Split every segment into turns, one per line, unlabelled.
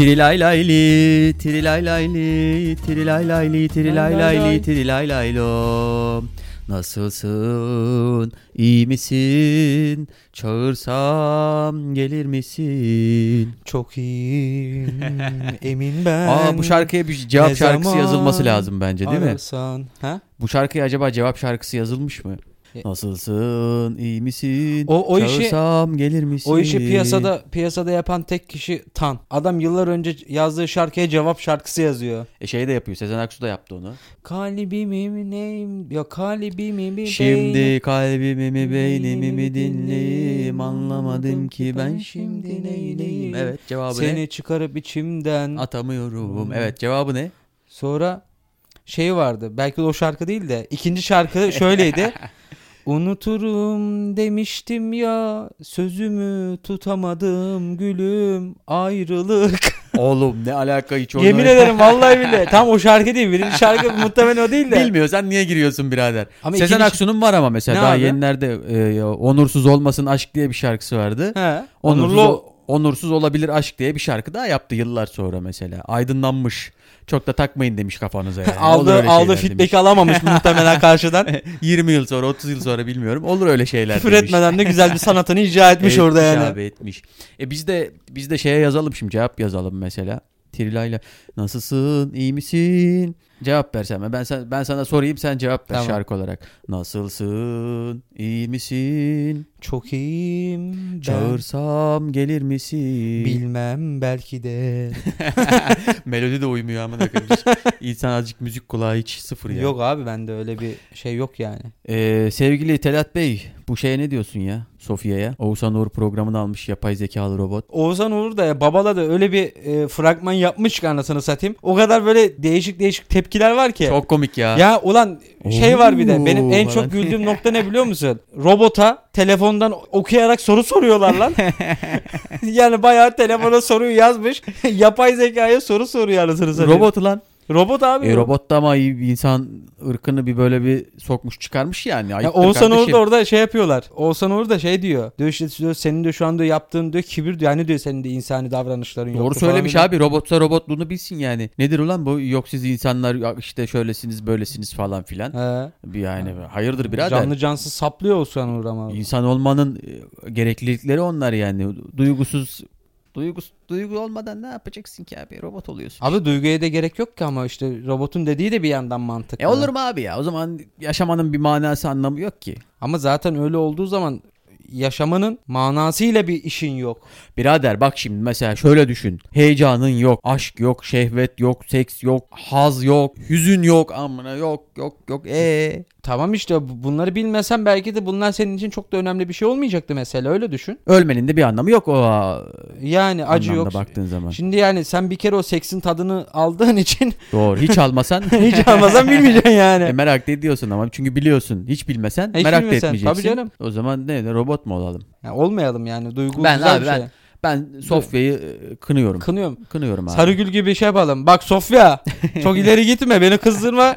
Tirilaylayli, tirilaylayli, tirilaylayli, tirilaylayli, tirilaylaylo. Nasılsın, iyi misin? Çağırsam gelir misin?
Çok iyiyim. Emin ben.
Aa bu şarkıya bir cevap
Ne
şarkısı
zaman
yazılması lazım bence değil mi?
arasan- Ha?
Bu şarkıya acaba cevap şarkısı yazılmış mı?
E-
Nasılsın, iyi misin?
O o işi
Çağırsam gelir misin?
o işi piyasada piyasada yapan tek kişi Tan. Adam yıllar önce yazdığı şarkıya cevap şarkısı yazıyor.
E, şey de yapıyor, Sezen Aksu da yaptı onu.
Kalbimim neyim? Ya kalbimim bir beynim.
Şimdi kalbimi mi beynimi mi dinleyeyim anlamadım ki ben şimdi neyleyim. Evet cevabı
seni
ne? Hmm.
çıkarıp içimden.
Atamıyorum. Evet cevabı ne?
Sonra şey vardı. Belki de o şarkı değil de ikinci şarkı şöyleydi. Unuturum demiştim ya sözümü tutamadım gülüm ayrılık.
Oğlum ne alaka hiç onunla-
Yemin ederim vallahi bile tam o şarkı değil. Birinci şarkı muhtemelen o değil de.
Bilmiyor sen niye giriyorsun birader.
Ama
Sezen
ikinci-
Aksu'nun var ama mesela
Ne
daha
abi?
yenilerde e, Onursuz Olmasın Aşk diye bir şarkısı vardı.
He.
Onursuz,
Onurlu
Onursuz Olabilir Aşk diye bir şarkı daha yaptı yıllar sonra mesela. Aydınlanmış. Çok da takmayın demiş kafanıza yani. Olur
aldı
öyle
aldı
şeyler
feedback alamamış muhtemelen karşıdan.
demiş. 20 yıl sonra 30 yıl sonra bilmiyorum. Olur öyle şeyler
Küfür
demiş.
etmeden de güzel bir sanatını icra etmiş orada yani.
Abi etmiş. E biz de biz de şeye yazalım şimdi cevap yazalım mesela. Trilayla nasılsın iyi misin? Cevap versem ben sen, ben sana sorayım sen cevap ver
Tamam.
şarkı olarak. Nasılsın? iyi misin?
Çok iyiyim. ben.
Çağırsam gelir misin?
Bilmem belki de.
Melodi de uymuyor ama ne İnsan azıcık müzik kulağı hiç sıfır ya.
Yok abi bende öyle bir şey yok yani.
Ee, sevgili Telat Bey bu şeye ne diyorsun ya? Sofya'ya. Oğuzhan Uğur programını almış yapay zekalı robot.
Oğuzhan Uğur da ya, babala da öyle bir e, fragman yapmış ki anasını satayım. O kadar böyle değişik değişik tepkiler var ki.
Çok komik ya.
Ya ulan şey var bir de benim en
Oo,
çok
falan.
güldüğüm nokta ne biliyor musun? Robota telefondan okuyarak soru soruyorlar lan. yani bayağı telefona soruyu yazmış. Yapay zekaya soru soruyor anasını satayım.
robot lan.
Robot abi.
E,
bu.
robot da ama iyi bir insan ırkını bir böyle bir sokmuş çıkarmış yani.
Ya
Ayıptır
Oğuzhan Uğur
kardeşim.
da orada şey yapıyorlar. Oğuzhan Uğur da şey diyor. Diyor işte diyor, senin de şu anda yaptığın diyor kibir diyor. Yani diyor senin de insani davranışların yok.
Doğru söylemiş abi robotsa robotluğunu bilsin yani. Nedir ulan bu yok siz insanlar ya işte şöylesiniz böylesiniz falan filan.
He.
Bir yani hayırdır birader.
Canlı cansız saplıyor Oğuzhan Uğur ama.
İnsan olmanın e, gereklilikleri onlar yani. Duygusuz duygus duygu olmadan ne yapacaksın ki abi robot oluyorsun.
Abi duyguya da gerek yok ki ama işte robotun dediği de bir yandan mantıklı.
E olur mu abi ya? O zaman yaşamanın bir manası anlamı yok ki.
Ama zaten öyle olduğu zaman yaşamanın manasıyla bir işin yok.
Birader bak şimdi mesela şöyle düşün. Heyecanın yok, aşk yok, şehvet yok, seks yok, haz yok, hüzün yok, amına yok, yok, yok. Ee,
Tamam işte bu- bunları bilmesen belki de bunlar senin için çok da önemli bir şey olmayacaktı mesela öyle düşün.
ölmenin de bir anlamı yok o a-
Yani acı
anlamda
yok.
baktığın zaman.
Şimdi yani sen bir kere o seksin tadını aldığın için
Doğru. Hiç almasan
hiç almasan bilmeyeceksin
e,
yani.
merak da ediyorsun ama çünkü biliyorsun. Hiç bilmesen
Hiç
merak da
bilmesen,
etmeyeceksin.
tabii canım.
O zaman ne ne, robot mu olalım?
Ya olmayalım yani duygu
Ben
güzel
abi,
bir şey.
ben- Ben Sofya'yı e, kınıyorum.
Kınıyorum.
Kınıyorum abi.
Sarıgül gibi şey yapalım. Bak Sofya çok ileri gitme beni kızdırma.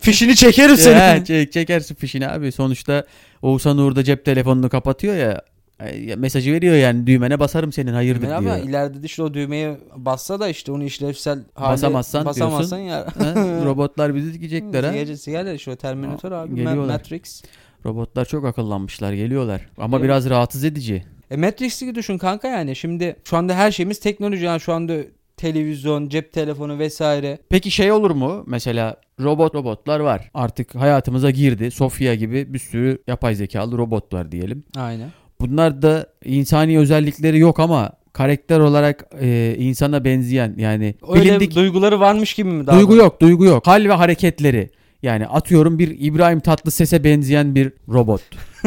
Fişini çekerim
Ya,
seni.
çek, çekersin fişini abi. Sonuçta Oğuzhan Uğur da cep telefonunu kapatıyor ya. e, ya Mesajı veriyor yani düğmene basarım senin hayırdır
Ömer
diyor.
Ama ileride de işte o düğmeye bassa da işte onu işlevsel hale
Basamazsan
basamazsan ya.
Ha, Robotlar bizi dikecekler ha.
Gece sigara işte o Terminator
Aa,
abi Ma-
geliyorlar.
Matrix.
Robotlar çok akıllanmışlar geliyorlar. Ama
Evet.
biraz rahatsız edici.
E Matrix'i düşün kanka yani şimdi şu anda her şeyimiz teknoloji yani şu anda televizyon, cep telefonu vesaire.
Peki şey olur mu? Mesela robot robotlar var. Artık hayatımıza girdi. Sofia gibi bir sürü yapay zekalı robot var diyelim.
Aynen.
Bunlar da insani özellikleri yok ama karakter olarak e, insana benzeyen yani
Öyle
bilindik
duyguları varmış gibi mi daha?
Duygu yok, duygu yok. Hal ve hareketleri. Yani atıyorum bir İbrahim Tatlıses'e benzeyen bir robot.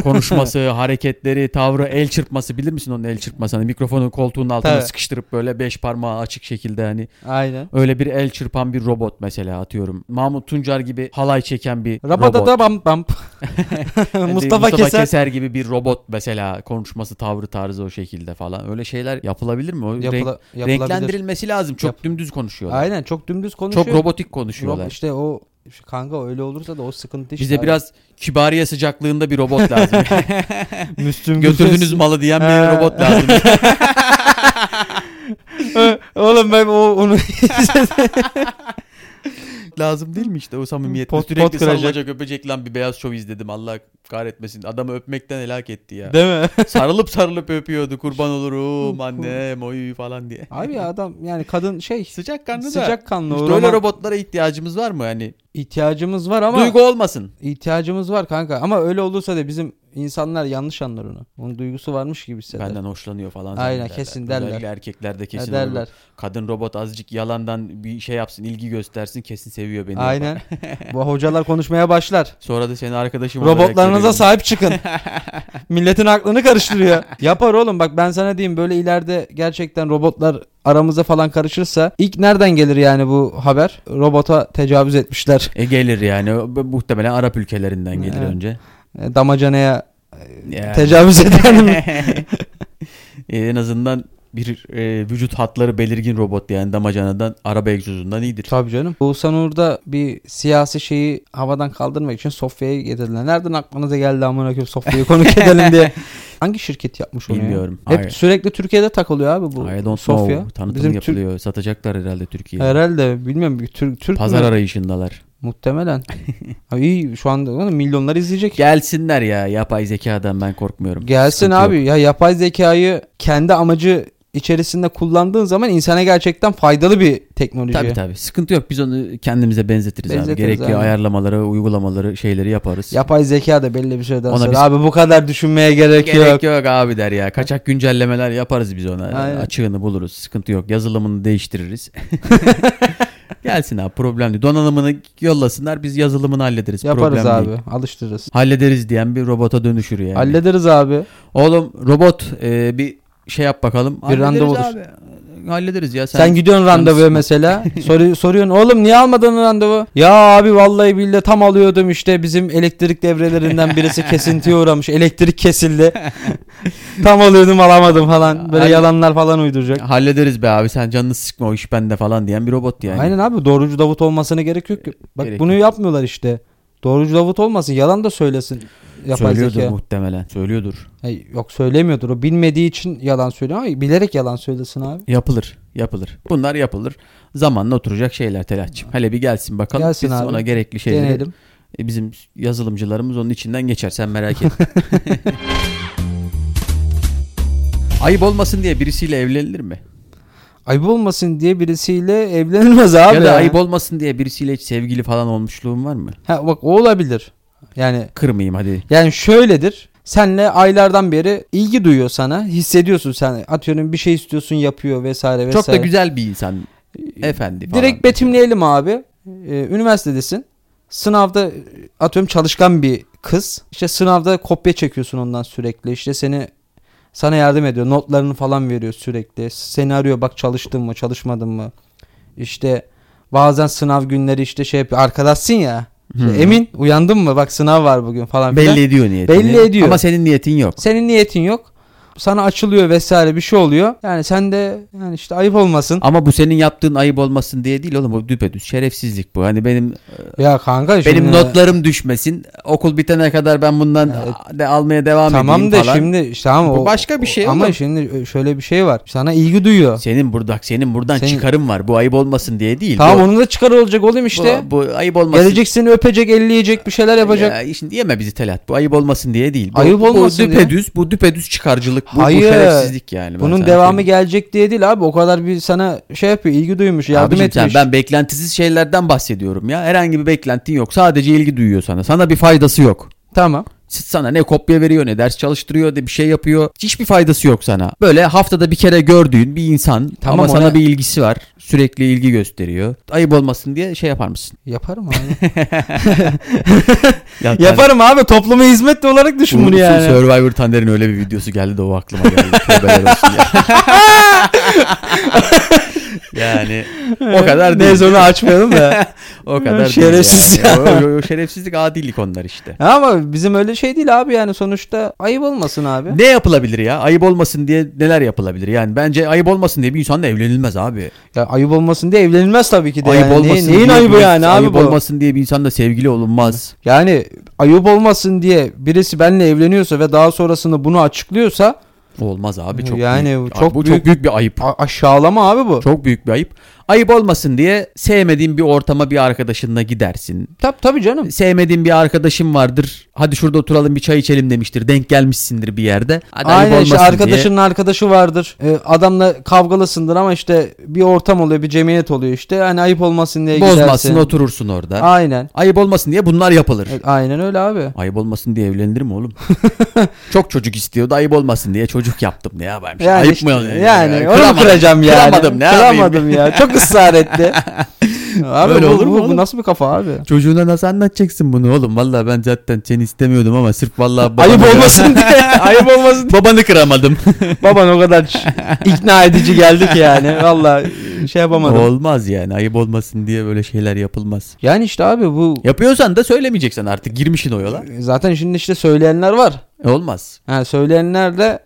Konuşması, hareketleri, tavrı, el çırpması. Bilir misin onun el çırpmasını? Mikrofonun koltuğunun altına
Tabii.
sıkıştırıp böyle beş parmağı açık şekilde hani
Aynen.
öyle bir el çırpan bir robot mesela atıyorum. Mahmut Tuncer gibi halay çeken bir
Rabada
robot. Hani
da bam bam.
Yani
Mustafa, Keser.
gibi bir robot mesela konuşması, tavrı, tarzı o şekilde falan. Öyle şeyler yapılabilir mi? O renk-
Yapıla- yapılabilir.
renklendirilmesi lazım. Çok
Yap-
dümdüz konuşuyorlar.
Aynen çok dümdüz konuşuyor.
Çok robotik
Rob-
konuşuyorlar.
işte o işte kanka öyle olursa da o sıkıntı işte.
Bize
abi.
biraz kibariye sıcaklığında bir robot lazım.
Müslüm
Götürdünüz malı diyen bir robot lazım.
Oğlum oğlum ben o, onu
Lazım değil mi işte o samimiyet?
Pot-
Sürekli
pot kıracak.
sarılacak öpecek lan bir beyaz şov izledim Allah kahretmesin. Adamı öpmekten helak etti ya.
değil mi?
sarılıp sarılıp öpüyordu kurban olurum annem oy falan diye.
Abi ya adam yani kadın şey
Sıcak kanlı da.
sıcak kanlı
İşte öyle
ama
robotlara ihtiyacımız var mı yani?
ihtiyacımız var ama
Duygu olmasın.
ihtiyacımız var kanka ama öyle olursa da bizim insanlar yanlış anlar onu. Onun duygusu varmış gibi hisseder.
Benden hoşlanıyor falan.
Aynen,
zannederler.
kesin derler.
Özellikle erkeklerde
Ya
kesin olur.
derler.
Kadın robot azıcık yalandan bir şey yapsın ilgi göstersin kesin seviyor beni.
Aynen. Bu hocalar konuşmaya başlar.
Sonra da seni arkadaşım olarak
Robotlarınıza
görüyorum.
sahip çıkın. Milletin aklını karıştırıyor. Yapar oğlum bak ben sana diyeyim böyle ileride gerçekten robotlar aramıza falan karışırsa ilk nereden gelir yani bu haber? Robota tecavüz etmişler.
E gelir yani O- bu- muhtemelen Arap ülkelerinden gelir
Evet.
önce.
E, Damacanaya e,
Yani.
tecavüz eden
E, en azından bir e, vücut hatları belirgin robot yani damacanadan araba egzozundan iyidir.
Tabii canım. Oğuzhan Uğur'da bir siyasi şeyi havadan kaldırmak için Sofya'ya getirdiler. Nereden aklınıza geldi amına koyayım Sofya'yı konuk edelim diye. Hangi şirket yapmış onu ya?
Bilmiyorum.
Hep
Hayır.
sürekli Türkiye'de takılıyor abi bu.
I don't
Sofya.
know. Tanıtım
Bizim Türk-
yapılıyor. Satacaklar herhalde Türkiye'ye.
Herhalde bilmiyorum bir Türk Türk
Pazar
mü?
arayışındalar.
Muhtemelen. Abi iyi şu anda oğlum milyonlar izleyecek.
Gelsinler ya yapay zekadan ben korkmuyorum.
Gelsin
Sıkıntı
abi ya yapay zekayı kendi amacı içerisinde kullandığın zaman insana gerçekten faydalı bir teknoloji.
Tabii tabii. Sıkıntı yok. Biz onu kendimize benzetiriz, abi.
Benzetiriz,
Gerekli
aynen.
ayarlamaları, uygulamaları, şeyleri yaparız.
Yapay zeka da belli bir süreden
Ona
sonra
biz-
abi bu kadar düşünmeye gerek,
Gerek
yok.
yok. abi der ya. Kaçak güncellemeler yaparız biz ona.
Aynen.
Açığını buluruz. Sıkıntı yok. Yazılımını değiştiririz. Gelsin abi problem değil. Donanımını yollasınlar biz yazılımını hallederiz.
Yaparız
problem
abi.
Değil.
Alıştırırız.
Hallederiz diyen bir robota dönüşür yani.
Hallederiz abi.
Oğlum robot e, bir şey yap bakalım. Hallederiz
randevu olur.
abi. Hallederiz ya. Sen,
Sen, gidiyorsun randevuya
yalnızsın.
mesela. Soru, soruyorsun oğlum niye almadın randevu? Ya abi vallahi billahi tam alıyordum işte bizim elektrik devrelerinden birisi kesintiye uğramış. Elektrik kesildi. tam alıyordum alamadım falan. Böyle
Aynen.
yalanlar falan uyduracak.
hallederiz be abi. Sen canını sıkma o iş bende falan diyen bir robot yani.
Aynen abi doğrucu Davut olmasına gerek yok. ki. Bak
Gerek
bunu
yok.
yapmıyorlar işte. Doğrucu Davut olmasın yalan da söylesin. Yapay
Söylüyordur
zeka.
muhtemelen. Söylüyordur.
Ay, yok söylemiyordur. O bilmediği için yalan söylüyor ama bilerek yalan söylesin abi.
Yapılır. Yapılır. Bunlar yapılır. Zamanla oturacak şeyler Telatçım. Hele bir gelsin bakalım.
Gelsin
Biz
abi.
ona gerekli şeyleri
Deneyelim.
E, bizim yazılımcılarımız onun içinden geçer. Sen merak etme. Ayıp olmasın diye birisiyle evlenilir mi?
Ayıp olmasın diye birisiyle evlenilmez abi.
ya da
ya.
ayıp olmasın diye birisiyle hiç sevgili falan olmuşluğun var mı?
Ha bak o olabilir. Yani
Kırmayayım hadi.
yani şöyledir. Senle aylardan beri ilgi duyuyor sana. Hissediyorsun sen. Atıyorum bir şey istiyorsun yapıyor vesaire vesaire.
Çok da güzel bir insan. Efendi falan.
E, Direkt betimleyelim abi. Ee, üniversitedesin. Sınavda e, atıyorum çalışkan bir kız. İşte sınavda kopya çekiyorsun ondan sürekli. İşte seni sana yardım ediyor. Notlarını falan veriyor sürekli. Seni arıyor bak çalıştın mı çalışmadın mı. İşte bazen sınav günleri işte şey yapıyor. Arkadaşsın ya. İşte
Hı.
Emin uyandın mı bak sınav var bugün falan filan.
Belli ediyor niyetini.
Belli ediyor.
Ama senin niyetin yok.
Senin niyetin yok. Sana açılıyor vesaire bir şey oluyor. Yani sen de yani işte ayıp olmasın.
Ama bu senin yaptığın ayıp olmasın diye değil oğlum. Bu düpedüz şerefsizlik bu. Hani benim
Ya kanka
benim
şimdi-
notlarım düşmesin. Okul bitene kadar ben bundan de almaya devam edeyim
Tamam da
falan.
şimdi işte ama
Bu
o-
başka bir şey
ama
oğlum.
şimdi şöyle bir şey var. Sana ilgi duyuyor.
Senin burada senin buradan
Senin-
çıkarım var. Bu ayıp olmasın diye değil.
Tamam
bu,
onun da çıkar olacak oğlum işte.
bu, bu ayıp olmasın.
Gelecek seni öpecek, elleyecek, bir şeyler yapacak.
Ya, şimdi yeme bizi Telat. Bu ayıp olmasın diye değil. Bu,
Ayıp
bu,
olmasın
bu
diye.
düpedüz, bu düpedüz çıkarcılık, bu, bu
Hayır.
şerefsizlik yani. Ben
Bunun
sana
devamı
söyleyeyim.
gelecek diye değil abi. O kadar bir sana şey yapıyor, ilgi duymuş, yardım
Abicim sen-
etmiş.
ben beklentisiz şeylerden bahsediyorum ya. Herhangi bir beklentin yok. Sadece ilgi duyuyor sana. Sana bir faydası yok.
Tamam.
Siz sana ne kopya veriyor ne ders çalıştırıyor ne bir şey yapıyor. Hiçbir faydası yok sana. Böyle haftada bir kere gördüğün bir insan
Tamam,
ama
ona-
sana bir ilgisi var. Sürekli ilgi gösteriyor. Ayıp olmasın diye şey yapar mısın?
Yaparım abi.
Ya,
Yaparım abi. Topluma hizmet de olarak düşün bunu
Unutsun
yani.
Survivor Tander'in öyle bir videosu geldi de o aklıma geldi. Tövbeler olsun ya. yani o kadar değil.
Neyse onu açmayalım da.
O kadar değil
Şerefsiz
yani. O- o- o şerefsizlik adilik onlar işte.
Ama bizim öyle şey değil abi yani sonuçta ayıp olmasın abi.
Ne yapılabilir ya? Ayıp olmasın diye neler yapılabilir? Yani bence ayıp olmasın diye bir insanla evlenilmez abi.
Ya ayıp olmasın diye evlenilmez tabii ki de.
ayıp
yani. Neyin-
olmasın
Neyin
diye
ayıbı
bir-
yani abi
ayıp
bu?
olmasın diye bir insanla sevgili olunmaz.
Yani ayıp olmasın diye birisi benimle evleniyorsa ve daha sonrasında bunu açıklıyorsa
Olmaz abi çok
Yani
büyük.
çok
bu
büyük-
çok büyük bir ayıp.
A- aşağılama abi bu.
Çok büyük bir ayıp. Ayıp olmasın diye sevmediğin bir ortama bir arkadaşınla gidersin.
Tabii tabii canım.
Sevmediğin bir arkadaşın vardır. Hadi şurada oturalım bir çay içelim demiştir. Denk gelmişsindir bir yerde. Hadi ayıp
Aynen işte
olmasın diye.
arkadaşının arkadaşı vardır. Ee, adamla kavgalısındır ama işte bir ortam oluyor, bir cemiyet oluyor işte. Hani ayıp olmasın diye
Bozmasın
gidersin.
oturursun orada.
Aynen.
Ayıp olmasın diye bunlar yapılır.
E, Aynen öyle abi.
Ayıp olmasın diye evlenilir mi oğlum? Çok çocuk istiyordu ayıp olmasın diye çocuk yaptım ne yapayım? şimdi? şey, ayıp
işte-
mı?
Yani, onu
Kıramadım.
kıracağım yani.
Kıramadım ne yapayım?
Kıramadım ya. Çok ısrar etti. abi
Öyle
bu,
olur mu
bu, bu
oğlum?
nasıl bir kafa abi?
Çocuğuna nasıl anlatacaksın bunu oğlum? Vallahi ben zaten seni istemiyordum ama sırf vallahi babanı-
Ayıp olmasın diye. Ayıp olmasın
babanı kıramadım.
Baban o kadar ç- ikna edici geldi ki yani. Valla şey yapamadım.
Olmaz yani ayıp olmasın diye böyle şeyler yapılmaz.
Yani işte abi bu
Yapıyorsan da söylemeyeceksin artık girmişin o yola.
zaten şimdi işte söyleyenler var.
E, Olmaz.
Ha, söyleyenler de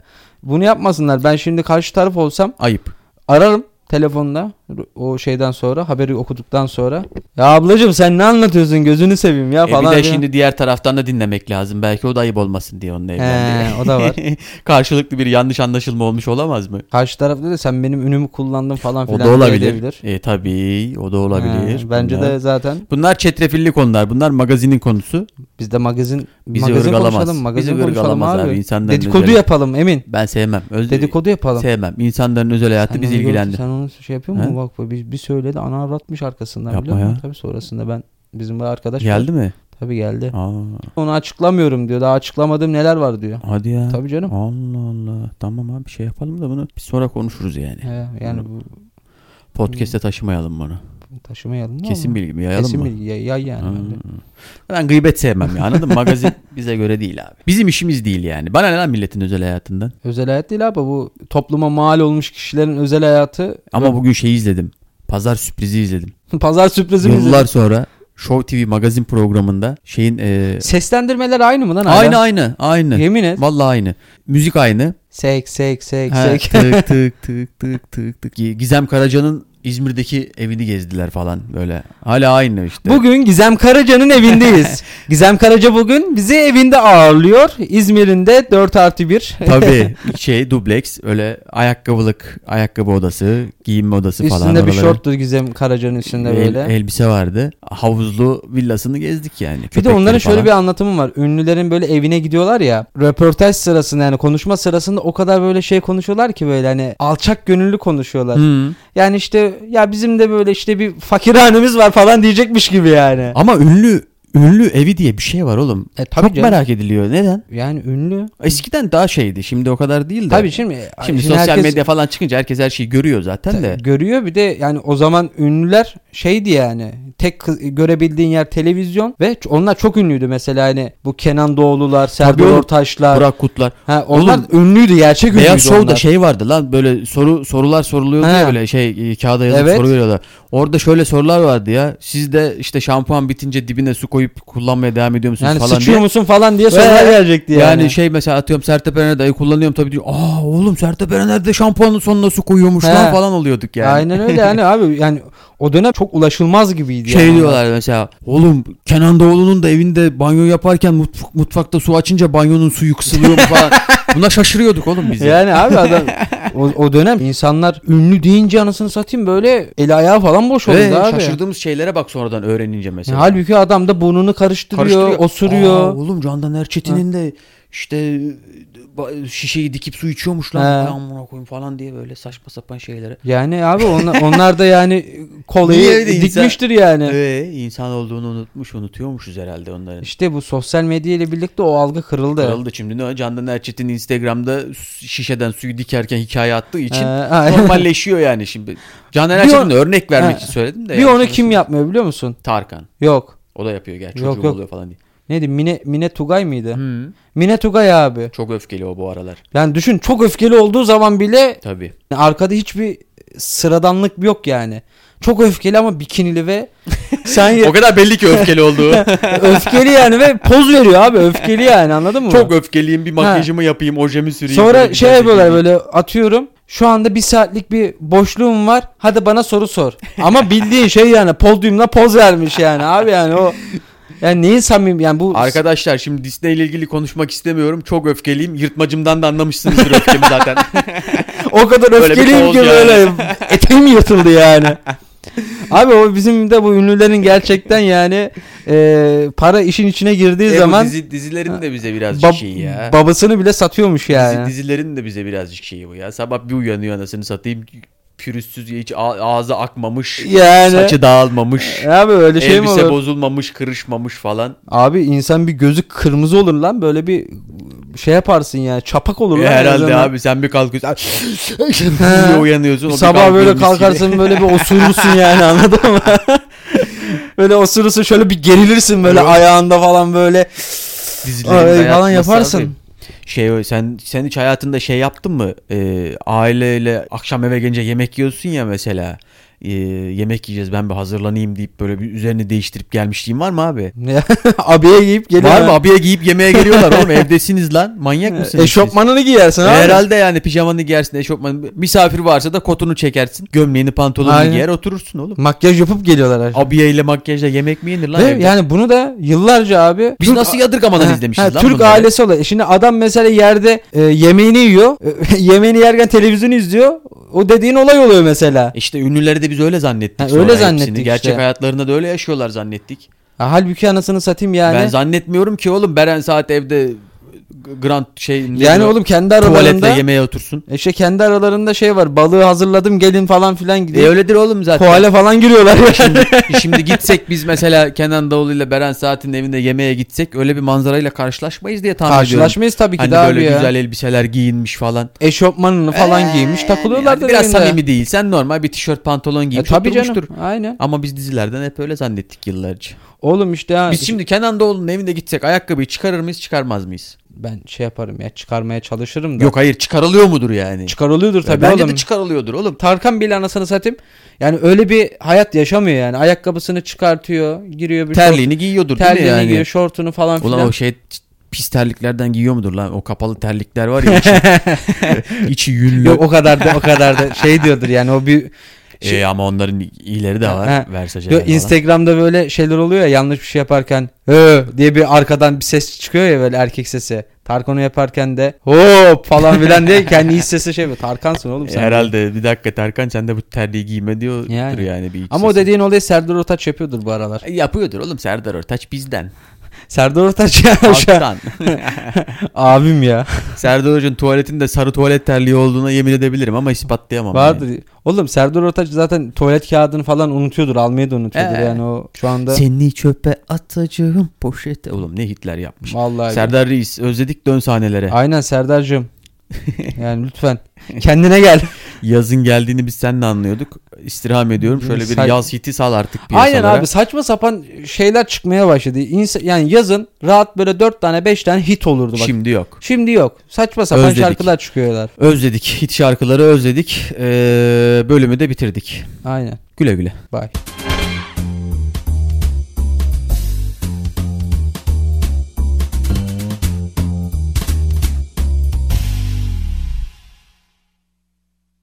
bunu yapmasınlar. Ben şimdi karşı taraf olsam
Ayıp.
ararım telefonla o şeyden sonra haberi okuduktan sonra. Ya ablacığım sen ne anlatıyorsun gözünü seveyim ya
E, bir
falan.
de
diyor.
şimdi diğer taraftan da dinlemek lazım. Belki o da ayıp olmasın diye onunla evlendi.
He, o da var.
Karşılıklı bir yanlış anlaşılma olmuş olamaz mı?
Karşı taraf dedi sen benim ünümü kullandın falan
O
filan
da
diye
olabilir.
diyebilir.
E, tabii o da olabilir.
Ha, bence
Bunlar-
de zaten
Bunlar çetrefilli konular. Bunlar magazinin konusu.
biz de magazin
Bizi
magazin
ırgalamaz.
konuşalım, magazin
Bizi
konuşalım
ırgalamaz
abi.
abi, insanların
Dedikodu
üzerine.
yapalım Emin.
Ben sevmem. Öz-
Dedikodu yapalım.
sevmem. İnsanların özel hayatı
Sen
bizi
onu gördün,
ilgilendir.
Sen onu şey yapıyor musun?
He?
Bak bu bir, bir söyledi ana avratmış arkasından
Yapma
biliyor musun?
ya.
Tabii sonrasında ben bizim bir arkadaş var.
Geldi mi?
Tabii geldi.
Aa,
Onu açıklamıyorum diyor. Daha açıklamadığım neler var diyor.
hadi ya.
Tabii canım.
Allah Allah. Tamam abi şey yapalım da bunu bir sonra konuşuruz yani.
He, yani bu
Podcast'e taşımayalım bunu.
taşımayalım da
Kesin
ama.
bilgi mi yayalım
Kesin
mı?
bilgi. Yay, yay yani.
Ha.
bence.
Ben gıybet sevmem ya anladın mı? Magazin bize göre değil abi. Bizim işimiz değil yani. Bana ne lan milletin özel hayatından?
Özel hayat değil abi bu topluma mal olmuş kişilerin özel hayatı.
Ama bugün şeyi izledim. Pazar sürprizi izledim.
Pazar sürprizi mi?
Yıllar sonra Show TV magazin programında şeyin e,
Seslendirmeler aynı mı lan? hala?
aynı aynı aynı.
Yemin et.
Vallahi aynı. Müzik aynı.
Sek sek sek
Ha,
sek.
tık tık tık tık tık tık. Gizem Karaca'nın İzmir'deki evini gezdiler falan böyle. Hala aynı işte.
Bugün Gizem Karaca'nın evindeyiz. Gizem Karaca bugün bizi evinde ağırlıyor. İzmir'in de 4 artı 1.
Tabii şey dubleks öyle ayakkabılık ayakkabı odası giyinme odası falan.
Üstünde bir
oraları.
şorttu Gizem Karaca'nın üstünde
El-
böyle.
elbise vardı. Havuzlu villasını gezdik yani.
bir de
Köpekleri
onların şöyle
falan.
bir anlatımı var. Ünlülerin böyle evine gidiyorlar ya. Röportaj sırasında yani konuşma sırasında o kadar böyle şey konuşuyorlar ki böyle hani alçak gönüllü konuşuyorlar.
Hı.
Yani işte ya bizim de böyle işte bir fakirhanemiz var falan diyecekmiş gibi yani.
Ama ünlü ünlü evi diye bir şey var oğlum.
E, tabii
Çok
canım.
merak ediliyor. Neden?
Yani ünlü.
Eskiden daha şeydi. Şimdi o kadar değil de.
Tabii şimdi
Şimdi
şimdi
sosyal
herkes-
medya falan çıkınca herkes her şeyi görüyor zaten de.
Görüyor bir de yani o zaman ünlüler şeydi yani tek kız- görebildiğin yer televizyon ve ç- onlar çok ünlüydü mesela hani bu Kenan Doğulular, Serdar
oğlum.
Ortaçlar.
Burak Kutlar.
Ha, onlar ünlüydü gerçek ünlüydü
Beyaz Show'da
onlar.
şey vardı lan böyle soru sorular soruluyordu
He.
ya böyle şey e, kağıda yazıp
Evet.
soru veriyorlar. Orada şöyle sorular vardı ya. Siz de işte şampuan bitince dibine su koyup kullanmaya devam ediyor musunuz
yani
falan
sıçıyor
diye.
musun falan diye
Ve-
sorular gelecekti yani.
Yani. şey mesela atıyorum Sertab Erener dayı kullanıyorum tabii diyor. Aa oğlum Sertab Erener de şampuanın sonuna su koyuyormuş
He.
lan falan oluyorduk yani.
Aynen öyle yani abi yani o dönem çok ulaşılmaz gibiydi.
Şey
yani.
diyorlar mesela oğlum Kenan Doğulu'nun da evinde banyo yaparken mutf- mutfakta su açınca banyonun suyu kısılıyor mu falan. Buna şaşırıyorduk oğlum biz. ya.
Yani abi adam o, o dönem insanlar ünlü deyince anasını satayım böyle eli ayağı falan boş oldu
Ve
abi.
şaşırdığımız şeylere bak sonradan öğrenince
Yani
mesela.
halbuki adam da burnunu karıştırıyor, osuruyor.
Aa, oğlum Candan Erçetin'in de işte e, ba- şişeyi dikip su içiyormuş lan.
He.
Ay amına koyayım falan diye böyle saçma sapan şeylere.
Yani abi onlar, onlar da yani
Niye
kolayı
öyle insan-
dikmiştir yani.
Ee, insan olduğunu unutmuş unutuyormuşuz herhalde onların.
İşte bu sosyal medya ile birlikte o algı kırıldı.
Kırıldı şimdi ne? Candan Erçetin Instagram'da su- şişeden suyu dikerken hikaye attığı için
Ee, aynen.
normalleşiyor yani şimdi. Candan
Bir
Erçetin'e
on-
örnek vermek
Ha.
için söyledim de.
Bir
yani
onu
sonuçta-
kim yapmıyor biliyor musun?
Tarkan.
Yok.
O da yapıyor gerçi
Yok,
çocuğum
yok.
oluyor falan diye.
Neydi? Mine Mine Tugay mıydı? Mine Tugay abi.
Çok öfkeli o bu aralar.
Yani düşün çok öfkeli olduğu zaman bile
Tabii.
arkada hiçbir sıradanlık yok yani. Çok öfkeli ama bikinili ve sen
O kadar belli ki öfkeli olduğu.
öfkeli yani ve poz veriyor abi öfkeli yani anladın mı?
Çok öfkeliyim bir makyajımı yapayım ojemi süreyim. böyle
Sonra
bir
şey
gerçek
yapıyorlar
gibi.
böyle atıyorum. Şu anda bir saatlik bir boşluğum var. Hadi bana soru sor. Ama bildiğin şey yani podyumla poz vermiş yani abi yani o. Yani neyin samimi yani bu
Arkadaşlar şimdi Disney ile ilgili konuşmak istemiyorum. Çok öfkeliyim. Yırtmacımdan da anlamışsınızdır öfkemi zaten.
o kadar
Böyle bir
öfkeliyim
poz
ki
yani.
böyle eteğim yırtıldı yani. Abi o bizim de bu ünlülerin gerçekten yani e, para işin içine girdiği
E, bu
zaman
dizi, dizilerin de bize birazcık
bab-
şeyi ya.
babasını bile satıyormuş yani.
Dizi, dizilerin de bize birazcık şeyi bu ya. Sabah bir uyanıyor anasını satayım. Pürüzsüz hiç a- ağzı akmamış.
Yani.
Saçı dağılmamış.
E Abi öyle şey mi
elbise
olur?
bozulmamış, kırışmamış falan.
Abi insan bir gözü kırmızı olur lan böyle bir şey yaparsın yani çapak olur
E,
lan.
herhalde
gözünden.
abi sen bir kalkıyorsun. diye uyanıyorsun. o bir
Sabah
kalkıyor
böyle
mis gibi.
kalkarsın böyle bir osurursun yani anladın mı? böyle osurursun şöyle bir gerilirsin böyle
Evet.
ayağında falan böyle
Dizilerin
ay, falan
dayatması abi.
yaparsın.
Şey o- sen sen hiç hayatında şey yaptın mı? Ee, aileyle akşam eve gelince yemek yiyorsun ya mesela. Ee, yemek yiyeceğiz ben bir hazırlanayım deyip böyle bir üzerini değiştirip gelmişliğin var mı abi?
Abiye giyip geliyor.
Var mı? Abiye giyip yemeğe geliyorlar oğlum evdesiniz lan. Manyak mısınız? siz?
Eşofmanını giyersin
E,
abi.
Herhalde yani pijamanı giyersin, eşofmanı. Misafir varsa da kotunu çekersin. Gömleğini, pantolonunu
Aynen.
giyer oturursun oğlum.
Makyaj yapıp geliyorlar. her- şey.
Abiye ile makyajla yemek mi yenir lan
Ve
evde?
yani bunu da yıllarca abi
Biz
Türk-
nasıl yadırgamadan
Ha,
izlemişiz
ha,
lan
Türk
bunları?
ailesi olarak. Şimdi adam mesela yerde e, yemeğini yiyor. E, yemeğini yerken televizyonu izliyor. O dediğin olay oluyor mesela.
İşte ünlüleri de biz öyle zannettik.
Ha,
sonra
öyle
hepsini.
zannettik
Gerçek
işte.
hayatlarında da öyle yaşıyorlar zannettik.
Ha, halbuki anasını satayım yani.
Ben zannetmiyorum ki oğlum Beren saat evde Grand şey
yani oğlum kendi
tuvaletle
aralarında
yemeğe otursun.
e, şey kendi aralarında şey var. Balığı hazırladım gelin falan filan
E
gidiyor.
öyledir oğlum zaten.
Tuvale falan giriyorlar ya.
Şimdi, şimdi gitsek biz mesela Kenan Davulu ile Beren Saat'in evinde yemeğe gitsek öyle bir manzarayla karşılaşmayız diye tahmin ediyorum.
Karşılaşmayız tabii ki
Hani
de abi
böyle
ya.
güzel elbiseler giyinmiş falan. Ee,
Eşofmanını falan giymiş takılıyorlar
Yani biraz samimi değil. Sen normal bir tişört pantolon giyip
E, tabii
oturmuştur.
canım. Aynen.
Ama biz dizilerden hep öyle zannettik yıllarca.
Oğlum işte ha,
Biz şimdi Kenan Doğulu'nun evinde gitsek ayakkabıyı çıkarır mıyız çıkarmaz mıyız?
ben şey yaparım ya çıkarmaya çalışırım da.
Yok hayır çıkarılıyor mudur yani?
Çıkarılıyordur tabii
Bence
oğlum.
de çıkarılıyordur oğlum.
Tarkan bile anasını satayım. Yani öyle bir hayat yaşamıyor yani. Ayakkabısını çıkartıyor, giriyor bir
Terliğini giyiyordur
şort, terliğini
değil mi yani?
giyiyor, şortunu falan filan.
Ulan o şey pis terliklerden giyiyor mudur lan? O kapalı terlikler var ya içi, içi yünlü.
Yok o kadar da o kadar da şey diyordur yani o bir şey-
E, ama onların iyileri de var.
Ha.
Versace
Yo,
falan.
Instagram'da böyle şeyler oluyor ya yanlış bir şey yaparken hı diye bir arkadan bir ses çıkıyor ya böyle erkek sesi. Tarkan'ı yaparken de hop falan filan diye kendi iç sesi şey yapıyor. Tarkan'sın oğlum
E,
sen.
Herhalde bir dakika Tarkan sen de bu terliği giyme diyordur yani,
Yani.
bir iç
Ama o
sesi.
dediğin olayı Serdar Ortaç yapıyordur bu aralar.
E, yapıyordur oğlum Serdar Ortaç bizden.
Serdar Ortaç ya şu an-
Alttan.
abim ya.
Serdar Ortaç'ın tuvaletinde sarı tuvalet terliği olduğuna yemin edebilirim ama ispatlayamam.
Vardır. Oğlum Serdar Ortaç zaten tuvalet kağıdını falan unutuyordur. Almayı da unutuyordur
Ee.
yani o şu anda.
Yani. Seni çöpe atacağım poşete. Oğlum ne Hitler yapmış.
Vallahi.
Serdar Reis özledik dön sahnelere.
Aynen Serdar'cığım. yani lütfen kendine gel.
Yazın geldiğini biz seninle anlıyorduk. İstirham ediyorum. Şöyle bir
Say-
yaz hiti sal artık piyasalara.
Aynen abi saçma sapan şeyler çıkmaya başladı. İnsan, yani yazın rahat böyle 4 tane 5 tane hit olurdu bak. Şimdi,
Şimdi yok.
yok. Saçma sapan
Özledik.
şarkılar çıkıyorlar.
Özledik. Hit şarkıları özledik. Ee, bölümü de bitirdik.
Aynen.
Güle güle.
Bye.